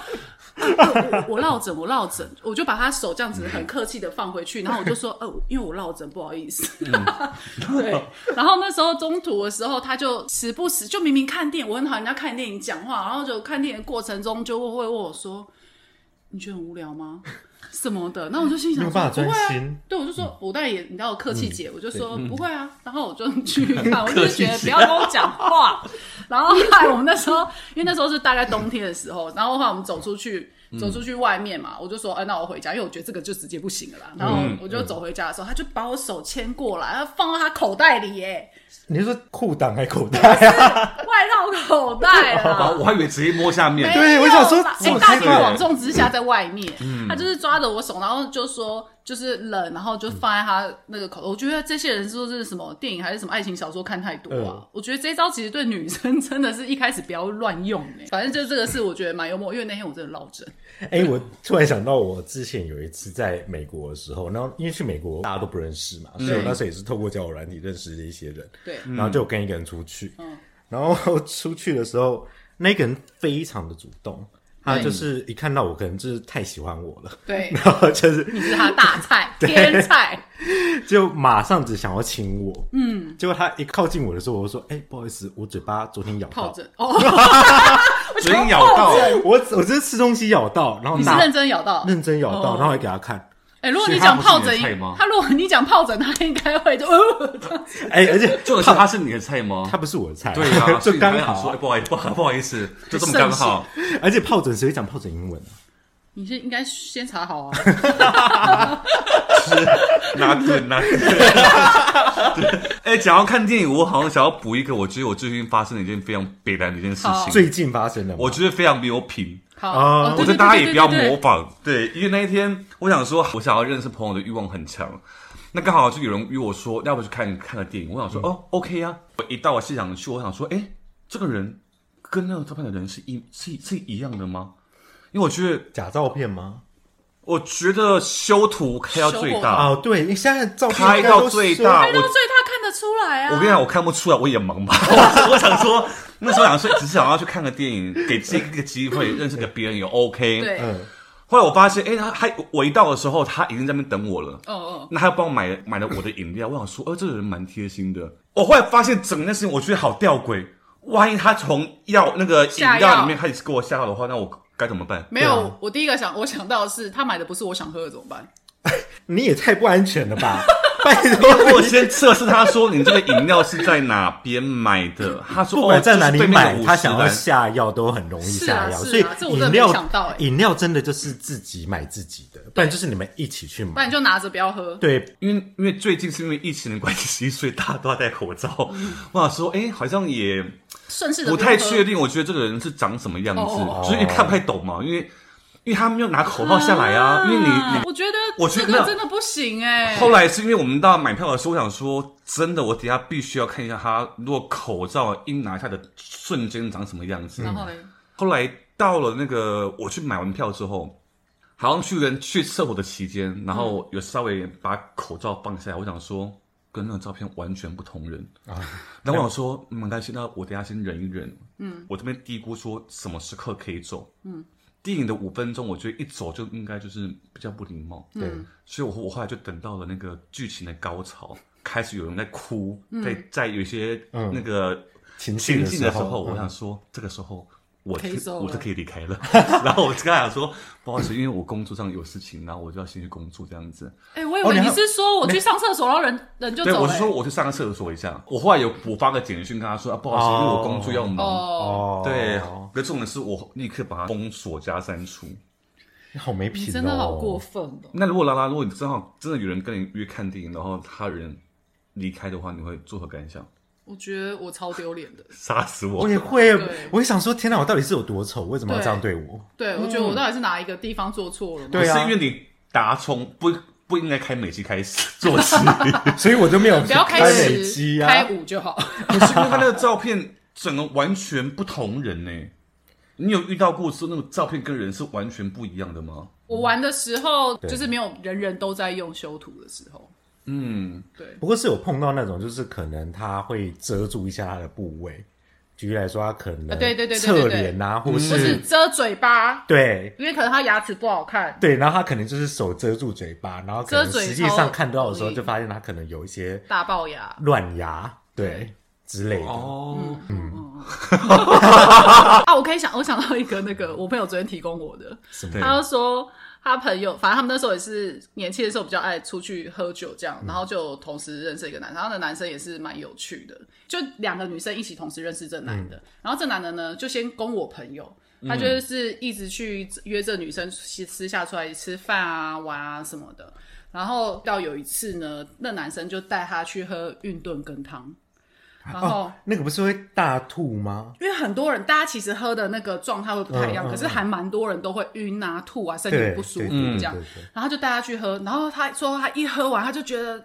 Speaker 2: 啊我我我落枕，我落枕。”我就把他手这样子很客气的放回去，然后我就说：“呃，因为我落枕，不好意思。 对，然后那时候中途的时候，他就时不时就明明看电影，我很讨厌人家看电影讲话，然后就看电影的过程中就会问我说：“你觉得很无聊吗？”什么的，那我就心想
Speaker 1: 没有
Speaker 2: 说
Speaker 1: 办法
Speaker 2: 不会
Speaker 1: 专
Speaker 2: 啊
Speaker 1: 心，
Speaker 2: 对，我就说，我当然也，你知道我客气姐，我就说不会啊，然后我就去看，我就觉得不要跟我讲话。然后后来我们那时候，因为那时候是大概冬天的时候，然后后来我们走出去，走出去外面嘛，我就说，哎，那我回家，因为我觉得这个就直接不行了啦。然后我就走回家的时候，他就把我手牵过来，他放到他口袋里耶，
Speaker 1: 你是说裤裆还口袋啊？
Speaker 2: 外套口袋
Speaker 3: 啊，
Speaker 2: 啦。
Speaker 3: 我还以为直接摸下面，
Speaker 1: 对
Speaker 2: 没有
Speaker 1: 我想说
Speaker 2: 吧
Speaker 1: 怎么
Speaker 2: 哎，大
Speaker 1: 可
Speaker 2: 庭
Speaker 1: 能
Speaker 2: 广众之下在外面，
Speaker 3: 嗯
Speaker 2: 他就是抓着我手，然后就说就是冷，然后就
Speaker 3: 嗯
Speaker 2: 放在他那个口。我觉得这些人说是什么电影还是什么爱情小说看太多啊
Speaker 1: 嗯。
Speaker 2: 我觉得这一招其实对女生真的是一开始不要乱用哎。反正就这个是我觉得蛮幽默，因为那天我真的落枕。
Speaker 1: 哎、我突然想到，我之前有一次在美国的时候，然后因为去美国大家都不认识
Speaker 2: 嗯
Speaker 1: 嘛，所以我那时候也是透过交友软体认识的一些人，
Speaker 2: 对
Speaker 3: 嗯
Speaker 1: 然后就跟一个人出去，
Speaker 2: 嗯
Speaker 1: 然后出去的时候，那个人非常的主动，他
Speaker 2: 对
Speaker 1: 就是一看到我，可能就是太喜欢我了，
Speaker 2: 对，
Speaker 1: 然后就是
Speaker 2: 你是他的大 菜天菜，
Speaker 1: 就马上只想要亲我，嗯，结果他一靠近我的时候，我就说，哎、不好意思，我嘴巴昨天咬
Speaker 2: 泡
Speaker 1: 到，
Speaker 2: 着哦， 我
Speaker 3: 嘴
Speaker 2: 想要
Speaker 3: 咬到
Speaker 2: 泡着，
Speaker 1: 我我真的吃东西咬到，然后
Speaker 2: 你是
Speaker 1: 大
Speaker 2: 认真咬到，
Speaker 1: 认真咬到，
Speaker 2: 哦
Speaker 1: 然后还给他看，
Speaker 2: 哎、如果你
Speaker 3: 所以他
Speaker 2: 讲
Speaker 3: 不是
Speaker 2: 疱
Speaker 3: 你的
Speaker 2: 疹
Speaker 3: 菜吗，
Speaker 2: 他如果你讲疱疹，他应该会就呃，
Speaker 1: 哎、而且
Speaker 3: 重点是他是你的菜吗
Speaker 1: 他？不是我的菜，
Speaker 3: 对啊，所 以
Speaker 1: 就
Speaker 3: 你才
Speaker 1: 刚
Speaker 3: 想
Speaker 1: 好
Speaker 3: 说，
Speaker 1: 啊
Speaker 3: 哎，。不好意思，不好不好意思，就这么刚好。
Speaker 1: 而且疱疹谁会讲疱疹英文啊？
Speaker 2: 你是应该先查好啊。
Speaker 3: 拿盾拿盾。 哎、讲到看电影，我好像想要补一个，我觉得我最近发生了一件非常悲惨的一件事
Speaker 2: 好
Speaker 3: 情，
Speaker 1: 最近发生的吗，
Speaker 3: 嗯我觉得非常没有品。
Speaker 2: 好，
Speaker 1: 啊
Speaker 2: 哦
Speaker 3: 我
Speaker 2: 对
Speaker 3: 觉
Speaker 2: 对
Speaker 3: 得大家也不要
Speaker 2: 对对对
Speaker 3: 模仿，对，因为那一天我想说，我想要认识朋友的欲望很强，那刚好就有人约我说，要不去看看个电影？我想说，哦，OK 啊。我一到我现场去，我想说，哎、这个人跟那个照片的人是一是是一样的吗？因为我觉得，
Speaker 1: 假照片吗？
Speaker 3: 我觉得修图开到最大，
Speaker 1: 哦，对，因为现在照片
Speaker 3: 啊开
Speaker 1: 应该都
Speaker 3: 到最
Speaker 1: 是
Speaker 3: 大，
Speaker 2: 拍到
Speaker 3: 啊我
Speaker 2: 最他看得出来啊。
Speaker 3: 我跟你讲，我看不出来，我眼 盲吧。我我想说，那时候想说，只是想要去看个电影，给自己一个机会，认识个别人也 OK。。
Speaker 2: 对，
Speaker 1: 嗯，
Speaker 3: 后来我发现，哎、他还我一到的时候，他已经在那边等我了。
Speaker 2: 哦哦，
Speaker 3: 那他帮我买了买了我的饮料，我想说，呃，这个人蛮贴心的。我后来发现整件事情，我觉得好吊诡。万一他从药那个饮
Speaker 2: 下
Speaker 3: 料
Speaker 2: 药
Speaker 3: 里面开始给我下药的话，那我该怎么办？
Speaker 2: 没有，我第一个想我想到的是他买的不是我想喝的怎么办？
Speaker 1: 你也太不安全了吧！ 拜
Speaker 3: 因为
Speaker 1: 托
Speaker 3: 我
Speaker 1: 你，
Speaker 3: 先测试他说你这个饮料是在哪边买的，他说
Speaker 1: 不管在哪
Speaker 3: 哦这
Speaker 1: 里
Speaker 3: 是对面的
Speaker 1: 买，
Speaker 3: 五
Speaker 1: 他
Speaker 3: 十
Speaker 1: 想要
Speaker 3: 兰
Speaker 1: 下药都很容易下药，
Speaker 2: 是啊是啊
Speaker 1: 所以
Speaker 2: 这我真的
Speaker 1: 饮
Speaker 2: 没
Speaker 1: 料
Speaker 2: 想到欸
Speaker 1: 饮料真的就是自己买自己的，不然就是你们一起去
Speaker 2: 不
Speaker 1: 买。
Speaker 2: 然你就拿着不要喝。
Speaker 1: 对，
Speaker 3: 因为因为最近是因为疫情的关系，所以大家都要戴口罩。
Speaker 1: 嗯
Speaker 3: 我想说，哎、好像也
Speaker 2: 顺势的
Speaker 3: 不太确
Speaker 2: 定。
Speaker 3: 定，我觉得这个人是长什么样子，
Speaker 2: 哦
Speaker 3: 所以看不太懂嘛。因为因为他没有拿口罩下来啊，因为你你。
Speaker 2: 我觉得
Speaker 3: 我觉
Speaker 2: 这
Speaker 3: 得
Speaker 2: 个真的不行哎、
Speaker 3: 后来是因为我们到买票的时候，我想说，真的，我等一下必须要看一下他，如果口罩一拿下的瞬间长什么样子。
Speaker 2: 然后嘞，
Speaker 3: 后来到了那个我去买完票之后，好像去人去厕所的期间，然后有稍微把口罩放下来，我想说跟那个照片完全不同人啊。然后我想说，嗯没关系，那我等一下先忍一忍。嗯，我这边低估说什么时刻可以走。嗯，电影的五分钟，我觉得一走就应该就是比较不礼貌。
Speaker 2: 嗯
Speaker 1: 对，
Speaker 3: 所以我我后来就等到了那个剧情的高潮，开始有人在哭，
Speaker 2: 嗯
Speaker 3: 在在有一些
Speaker 1: 嗯
Speaker 3: 那个
Speaker 1: 情境
Speaker 3: 情境
Speaker 1: 的
Speaker 3: 的
Speaker 1: 时
Speaker 3: 时
Speaker 1: 候
Speaker 3: 候，我
Speaker 1: 嗯
Speaker 3: 想说这个时候。我
Speaker 2: 可以走了
Speaker 3: 我是可以离开了， 然后我就跟他讲说，不好意思，因为我工作上有事情，然后我就要先去工作这样子。
Speaker 2: 哎、我以
Speaker 1: 哦你
Speaker 2: 为
Speaker 1: 还
Speaker 2: 你是说我去上厕所，然后人人就
Speaker 3: 对，
Speaker 2: 走
Speaker 3: 我
Speaker 2: 了、欸
Speaker 3: 是说我去上个厕所一下。我后来有我发个简讯跟他说啊，不好意思，因为我工作要忙。
Speaker 2: 哦，
Speaker 1: 哦，
Speaker 3: 对，可重点是我立刻把他封锁加删除。
Speaker 1: 好没品
Speaker 2: 你
Speaker 1: 哦，
Speaker 2: 真的好过分哦。
Speaker 3: 那如果拉拉，如果你正好真的有人跟你约看电影，然后他人离开的话，你会作何感想？
Speaker 2: 我觉得我超丢脸的，
Speaker 3: 杀死
Speaker 1: 我
Speaker 3: 我！
Speaker 1: 也会
Speaker 2: 对，
Speaker 1: 我也想说，天哪，我到底是有多丑？为什么要这样对我？
Speaker 2: 对我觉
Speaker 3: 嗯
Speaker 2: 得我到底是哪一个地方做错了吗？
Speaker 1: 对啊
Speaker 3: 不是因为你打从不不应该开美机开始做 起。
Speaker 1: 所以我就没有
Speaker 2: 不要
Speaker 1: 开
Speaker 2: 开
Speaker 1: 美
Speaker 2: 十、
Speaker 1: 机啊，
Speaker 2: 开五就 好。
Speaker 3: 可是因为他那个照片整个完全不同人呢、你有遇到过说那种照片跟人是完全不一样的吗？
Speaker 2: 我玩的时候
Speaker 1: 对
Speaker 2: 就是没有人人都在用修图的时候，
Speaker 3: 嗯，
Speaker 2: 对，
Speaker 1: 不过是有碰到那种，就是可能他会遮住一下他的部位，举例来说，他可能
Speaker 2: 啊对对对对对
Speaker 1: 侧脸啊，
Speaker 3: 嗯
Speaker 1: 或
Speaker 2: 或是
Speaker 1: 是
Speaker 2: 遮嘴巴，
Speaker 1: 对
Speaker 2: 因为可能他牙齿不好看，
Speaker 1: 对，然后他可能就是手遮住嘴巴，然后可能
Speaker 2: 遮嘴
Speaker 1: 实际上
Speaker 2: 超
Speaker 1: 看到的时候，
Speaker 2: 容易
Speaker 1: 就发现他可能有一些
Speaker 2: 大龅牙，
Speaker 1: 乱牙，对
Speaker 2: 对
Speaker 1: 之类的。
Speaker 3: 哦，
Speaker 2: 啊，我可以想，我想到一个那个我朋友昨天提供我的，
Speaker 1: 什
Speaker 3: 对
Speaker 1: 么？
Speaker 2: 他就说他朋友，反正他们那时候也是年轻的时候比较爱出去喝酒这样，然后就同时认识一个男生，然后那男生也是蛮有趣的，就两个女生一起同时认识这男的，然后这男的呢就先跟我朋友。他就是一直去约这女生私私下出来吃饭啊、玩啊什么的，然后到有一次呢，那男生就带她去喝运炖羹汤，然后、
Speaker 1: 哦，那个不是会大吐吗？
Speaker 2: 因为很多人，大家其实喝的那个状态会不太一样，
Speaker 1: 嗯嗯
Speaker 2: 可是还蛮多人都会晕啊、吐啊、身
Speaker 1: 对，
Speaker 2: 体不舒
Speaker 1: 对
Speaker 2: 服
Speaker 1: 对
Speaker 2: 这样
Speaker 1: 对。对
Speaker 2: 然后就带他去喝，然后他说他一喝完他就觉得，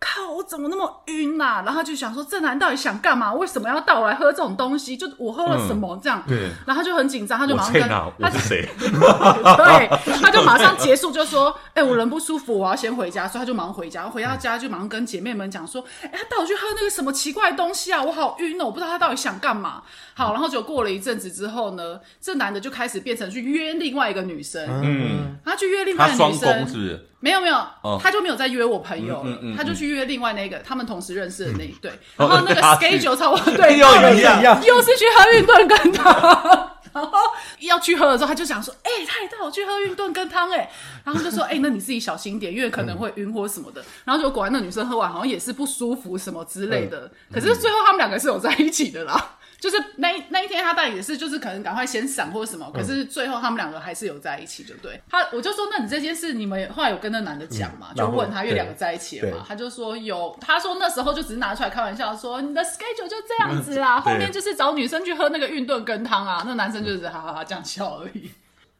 Speaker 2: 靠，我怎么那么晕啊？然后他就想说这男到底想干嘛？为什么要带我来喝这种东西？就我喝了
Speaker 1: 嗯
Speaker 2: 什么、这样？
Speaker 3: 对
Speaker 2: 然后他就很紧张，他就
Speaker 4: 我
Speaker 2: 马上
Speaker 4: 在
Speaker 2: 跟
Speaker 4: 哪？
Speaker 2: 他
Speaker 4: 我是谁？
Speaker 2: 对，他就马上结束，就说：“哎、我人不舒服，我要先回家。”所以他就马上回家，回到家就马上跟姐妹们讲说：“哎、他带我去喝那个什么奇怪的东西啊，我好晕哦，我不知道他到底想干嘛。”好，然后就过了一阵子之后呢，这男的就开始变成去约另外一个女生，
Speaker 3: 嗯，
Speaker 2: 他去约另
Speaker 3: 他
Speaker 2: 外一个
Speaker 3: 双
Speaker 2: 女
Speaker 3: 攻
Speaker 2: 生
Speaker 3: 是，不是？
Speaker 2: 没有没有，
Speaker 3: 哦
Speaker 2: 他就没有再约我朋友了，
Speaker 3: 嗯嗯嗯嗯
Speaker 2: 他就去约另外那个他们同时认识的那一 对，然
Speaker 3: 哦
Speaker 2: 后那个
Speaker 3: 他去
Speaker 2: schedule 差不多对
Speaker 3: 又
Speaker 2: 到了
Speaker 3: 一样
Speaker 2: 又是去喝运动羹汤。然后要去喝的时候，他就想说：“哎、他也带我去喝运动羹汤，哎。”然后就说：“哎、那你自己小心点，因为可能会晕或什 么的。”然后就果然那女生喝完好像也是不舒服什么之类
Speaker 3: 嗯
Speaker 2: 的。可是最后他们两个是有在一起的啦，就是那一那一天他带也是就是可能赶快先闪或什么，可
Speaker 3: 嗯
Speaker 2: 是最后他们两个还是有在一起，就对。他我就说：“那你这件事你们后来有跟那男的讲嘛？”
Speaker 1: 嗯
Speaker 2: 就
Speaker 1: 然后
Speaker 2: 问他，因为
Speaker 1: 对
Speaker 2: 两个在一起了嘛
Speaker 1: 对，
Speaker 2: 他就说有，他说那时候就只是拿出来开玩笑说你的 schedule 就这样子
Speaker 3: 嗯
Speaker 2: 啦，后面就是找女生去喝那个运动羹汤啊，那男生就是哈哈哈这样笑而已。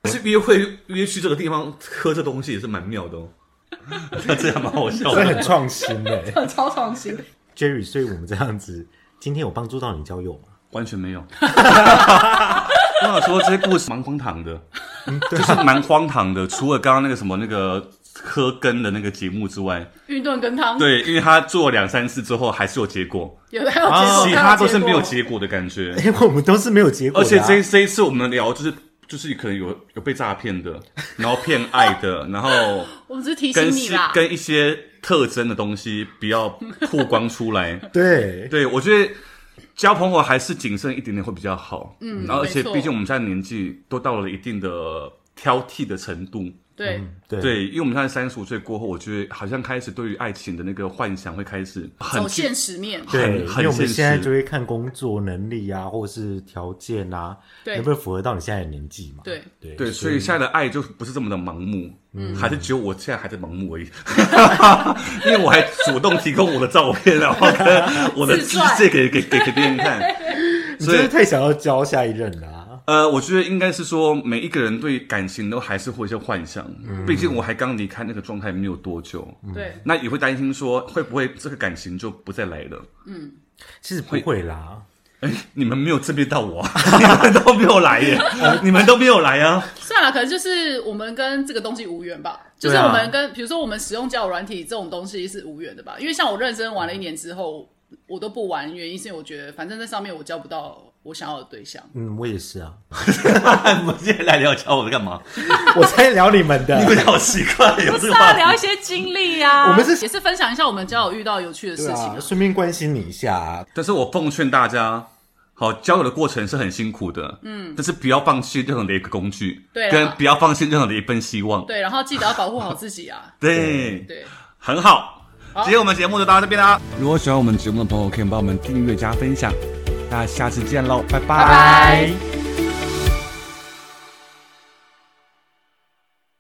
Speaker 3: 可是约会约去这个地方喝这东西也是蛮妙 的哦，
Speaker 4: 这样蛮好笑
Speaker 1: 这
Speaker 4: 的。
Speaker 1: 很创新哎、
Speaker 2: 超创新，
Speaker 3: 嗯
Speaker 1: Jerry，所以我们这样子，今天有帮助到你交友吗？
Speaker 3: 完全没有。 我想说这些故事蛮荒唐的，就是蛮荒唐的。除了刚刚那个什么那个喝羹的那个节目之外，
Speaker 2: 运动羹汤
Speaker 3: 对，因为他做了两三次之后还是有结果，
Speaker 2: 有没有结果？
Speaker 3: 啊其他都是没哦有
Speaker 2: 结
Speaker 3: 结果的感觉。
Speaker 1: 因为我们都是没有结果
Speaker 3: 而
Speaker 1: 的
Speaker 3: 且
Speaker 1: 啊、
Speaker 3: 这这一次我们聊就是就是可能有有被诈骗的，然后骗爱 的，然后
Speaker 2: 果，我们只是提醒
Speaker 3: 跟
Speaker 2: 你
Speaker 3: 是
Speaker 2: 啦。
Speaker 3: 跟一些特征的东西不要曝光出来。
Speaker 1: 对
Speaker 3: 对我觉得交朋友还是谨慎一点点会比较好。嗯，然后而且
Speaker 2: 没错
Speaker 3: 毕竟我们现在年纪都到了一定的挑剔的程度。
Speaker 2: 对，
Speaker 3: 嗯
Speaker 1: 对
Speaker 3: 对，因为我们现在三十五岁过后，我觉得好像开始对于爱情的那个幻想会开始很
Speaker 2: 走现实面，
Speaker 1: 对，因
Speaker 3: 很
Speaker 1: 为我
Speaker 3: 现
Speaker 1: 们现在
Speaker 3: 实
Speaker 1: 就会看工作能力啊，或是条件啊，
Speaker 2: 对
Speaker 1: 能不能符合到你现在的年纪嘛？
Speaker 2: 对
Speaker 1: 对
Speaker 3: 对，所以现在的爱就不是这么的盲目，
Speaker 1: 嗯
Speaker 3: 还是只有我现在还在盲目而已， 因为我还主动提供我的照片，然后跟我的
Speaker 2: 自
Speaker 3: 机
Speaker 2: 传
Speaker 3: 械给给给给别人看，
Speaker 1: 你
Speaker 3: 所
Speaker 1: 真的
Speaker 3: 以
Speaker 1: 太想要交下一任了、啊。
Speaker 3: 呃，我觉得应该是说每一个人对感情都还是会有一些幻想，
Speaker 4: 嗯
Speaker 3: 毕竟我还刚离开那个状态没有多久，
Speaker 2: 对，
Speaker 3: 那也会担心说会不会这个感情就不再来了。
Speaker 1: 其实不会啦，
Speaker 3: 哎，你们没有正面到我 啊，你们都没有 来耶，你们都没有来啊。
Speaker 2: 算了，可能就是我们跟这个东西无缘吧。就是
Speaker 3: 对啊
Speaker 2: 我们跟，比如说我们使用交友软体这种东西是无缘的吧。因为像我认真玩了一年之后，我都不玩，原因是因为我觉得反正在上面我交不到我想要的对象。
Speaker 1: 嗯，我也是啊，
Speaker 4: 我们现在来聊交友干嘛？
Speaker 1: 我在聊你们的
Speaker 4: 你，们好奇怪，有
Speaker 2: 不
Speaker 4: 这
Speaker 2: 是
Speaker 4: 个话
Speaker 2: 啊，
Speaker 4: 题。
Speaker 2: 聊一些经历啊。
Speaker 1: 我们是
Speaker 2: 也是分享一下我们交友遇到有趣的事
Speaker 1: 对
Speaker 2: 情、
Speaker 1: 啊，顺便关心你一下、啊。
Speaker 3: 但是我奉劝大家，好交友的过程是很辛苦的，嗯，但是不要放弃任何的一个工具，
Speaker 2: 对啊
Speaker 3: 跟不要放弃任何的一份希望，。
Speaker 2: 对，然后记得要保护好自己啊
Speaker 3: 对，
Speaker 2: 对，
Speaker 3: 很好。
Speaker 2: 好
Speaker 3: 今天我们节目就到这边啦。如果喜欢我们节目的朋友，可以帮我们订阅加分享。那下次见喽，拜拜
Speaker 2: 拜拜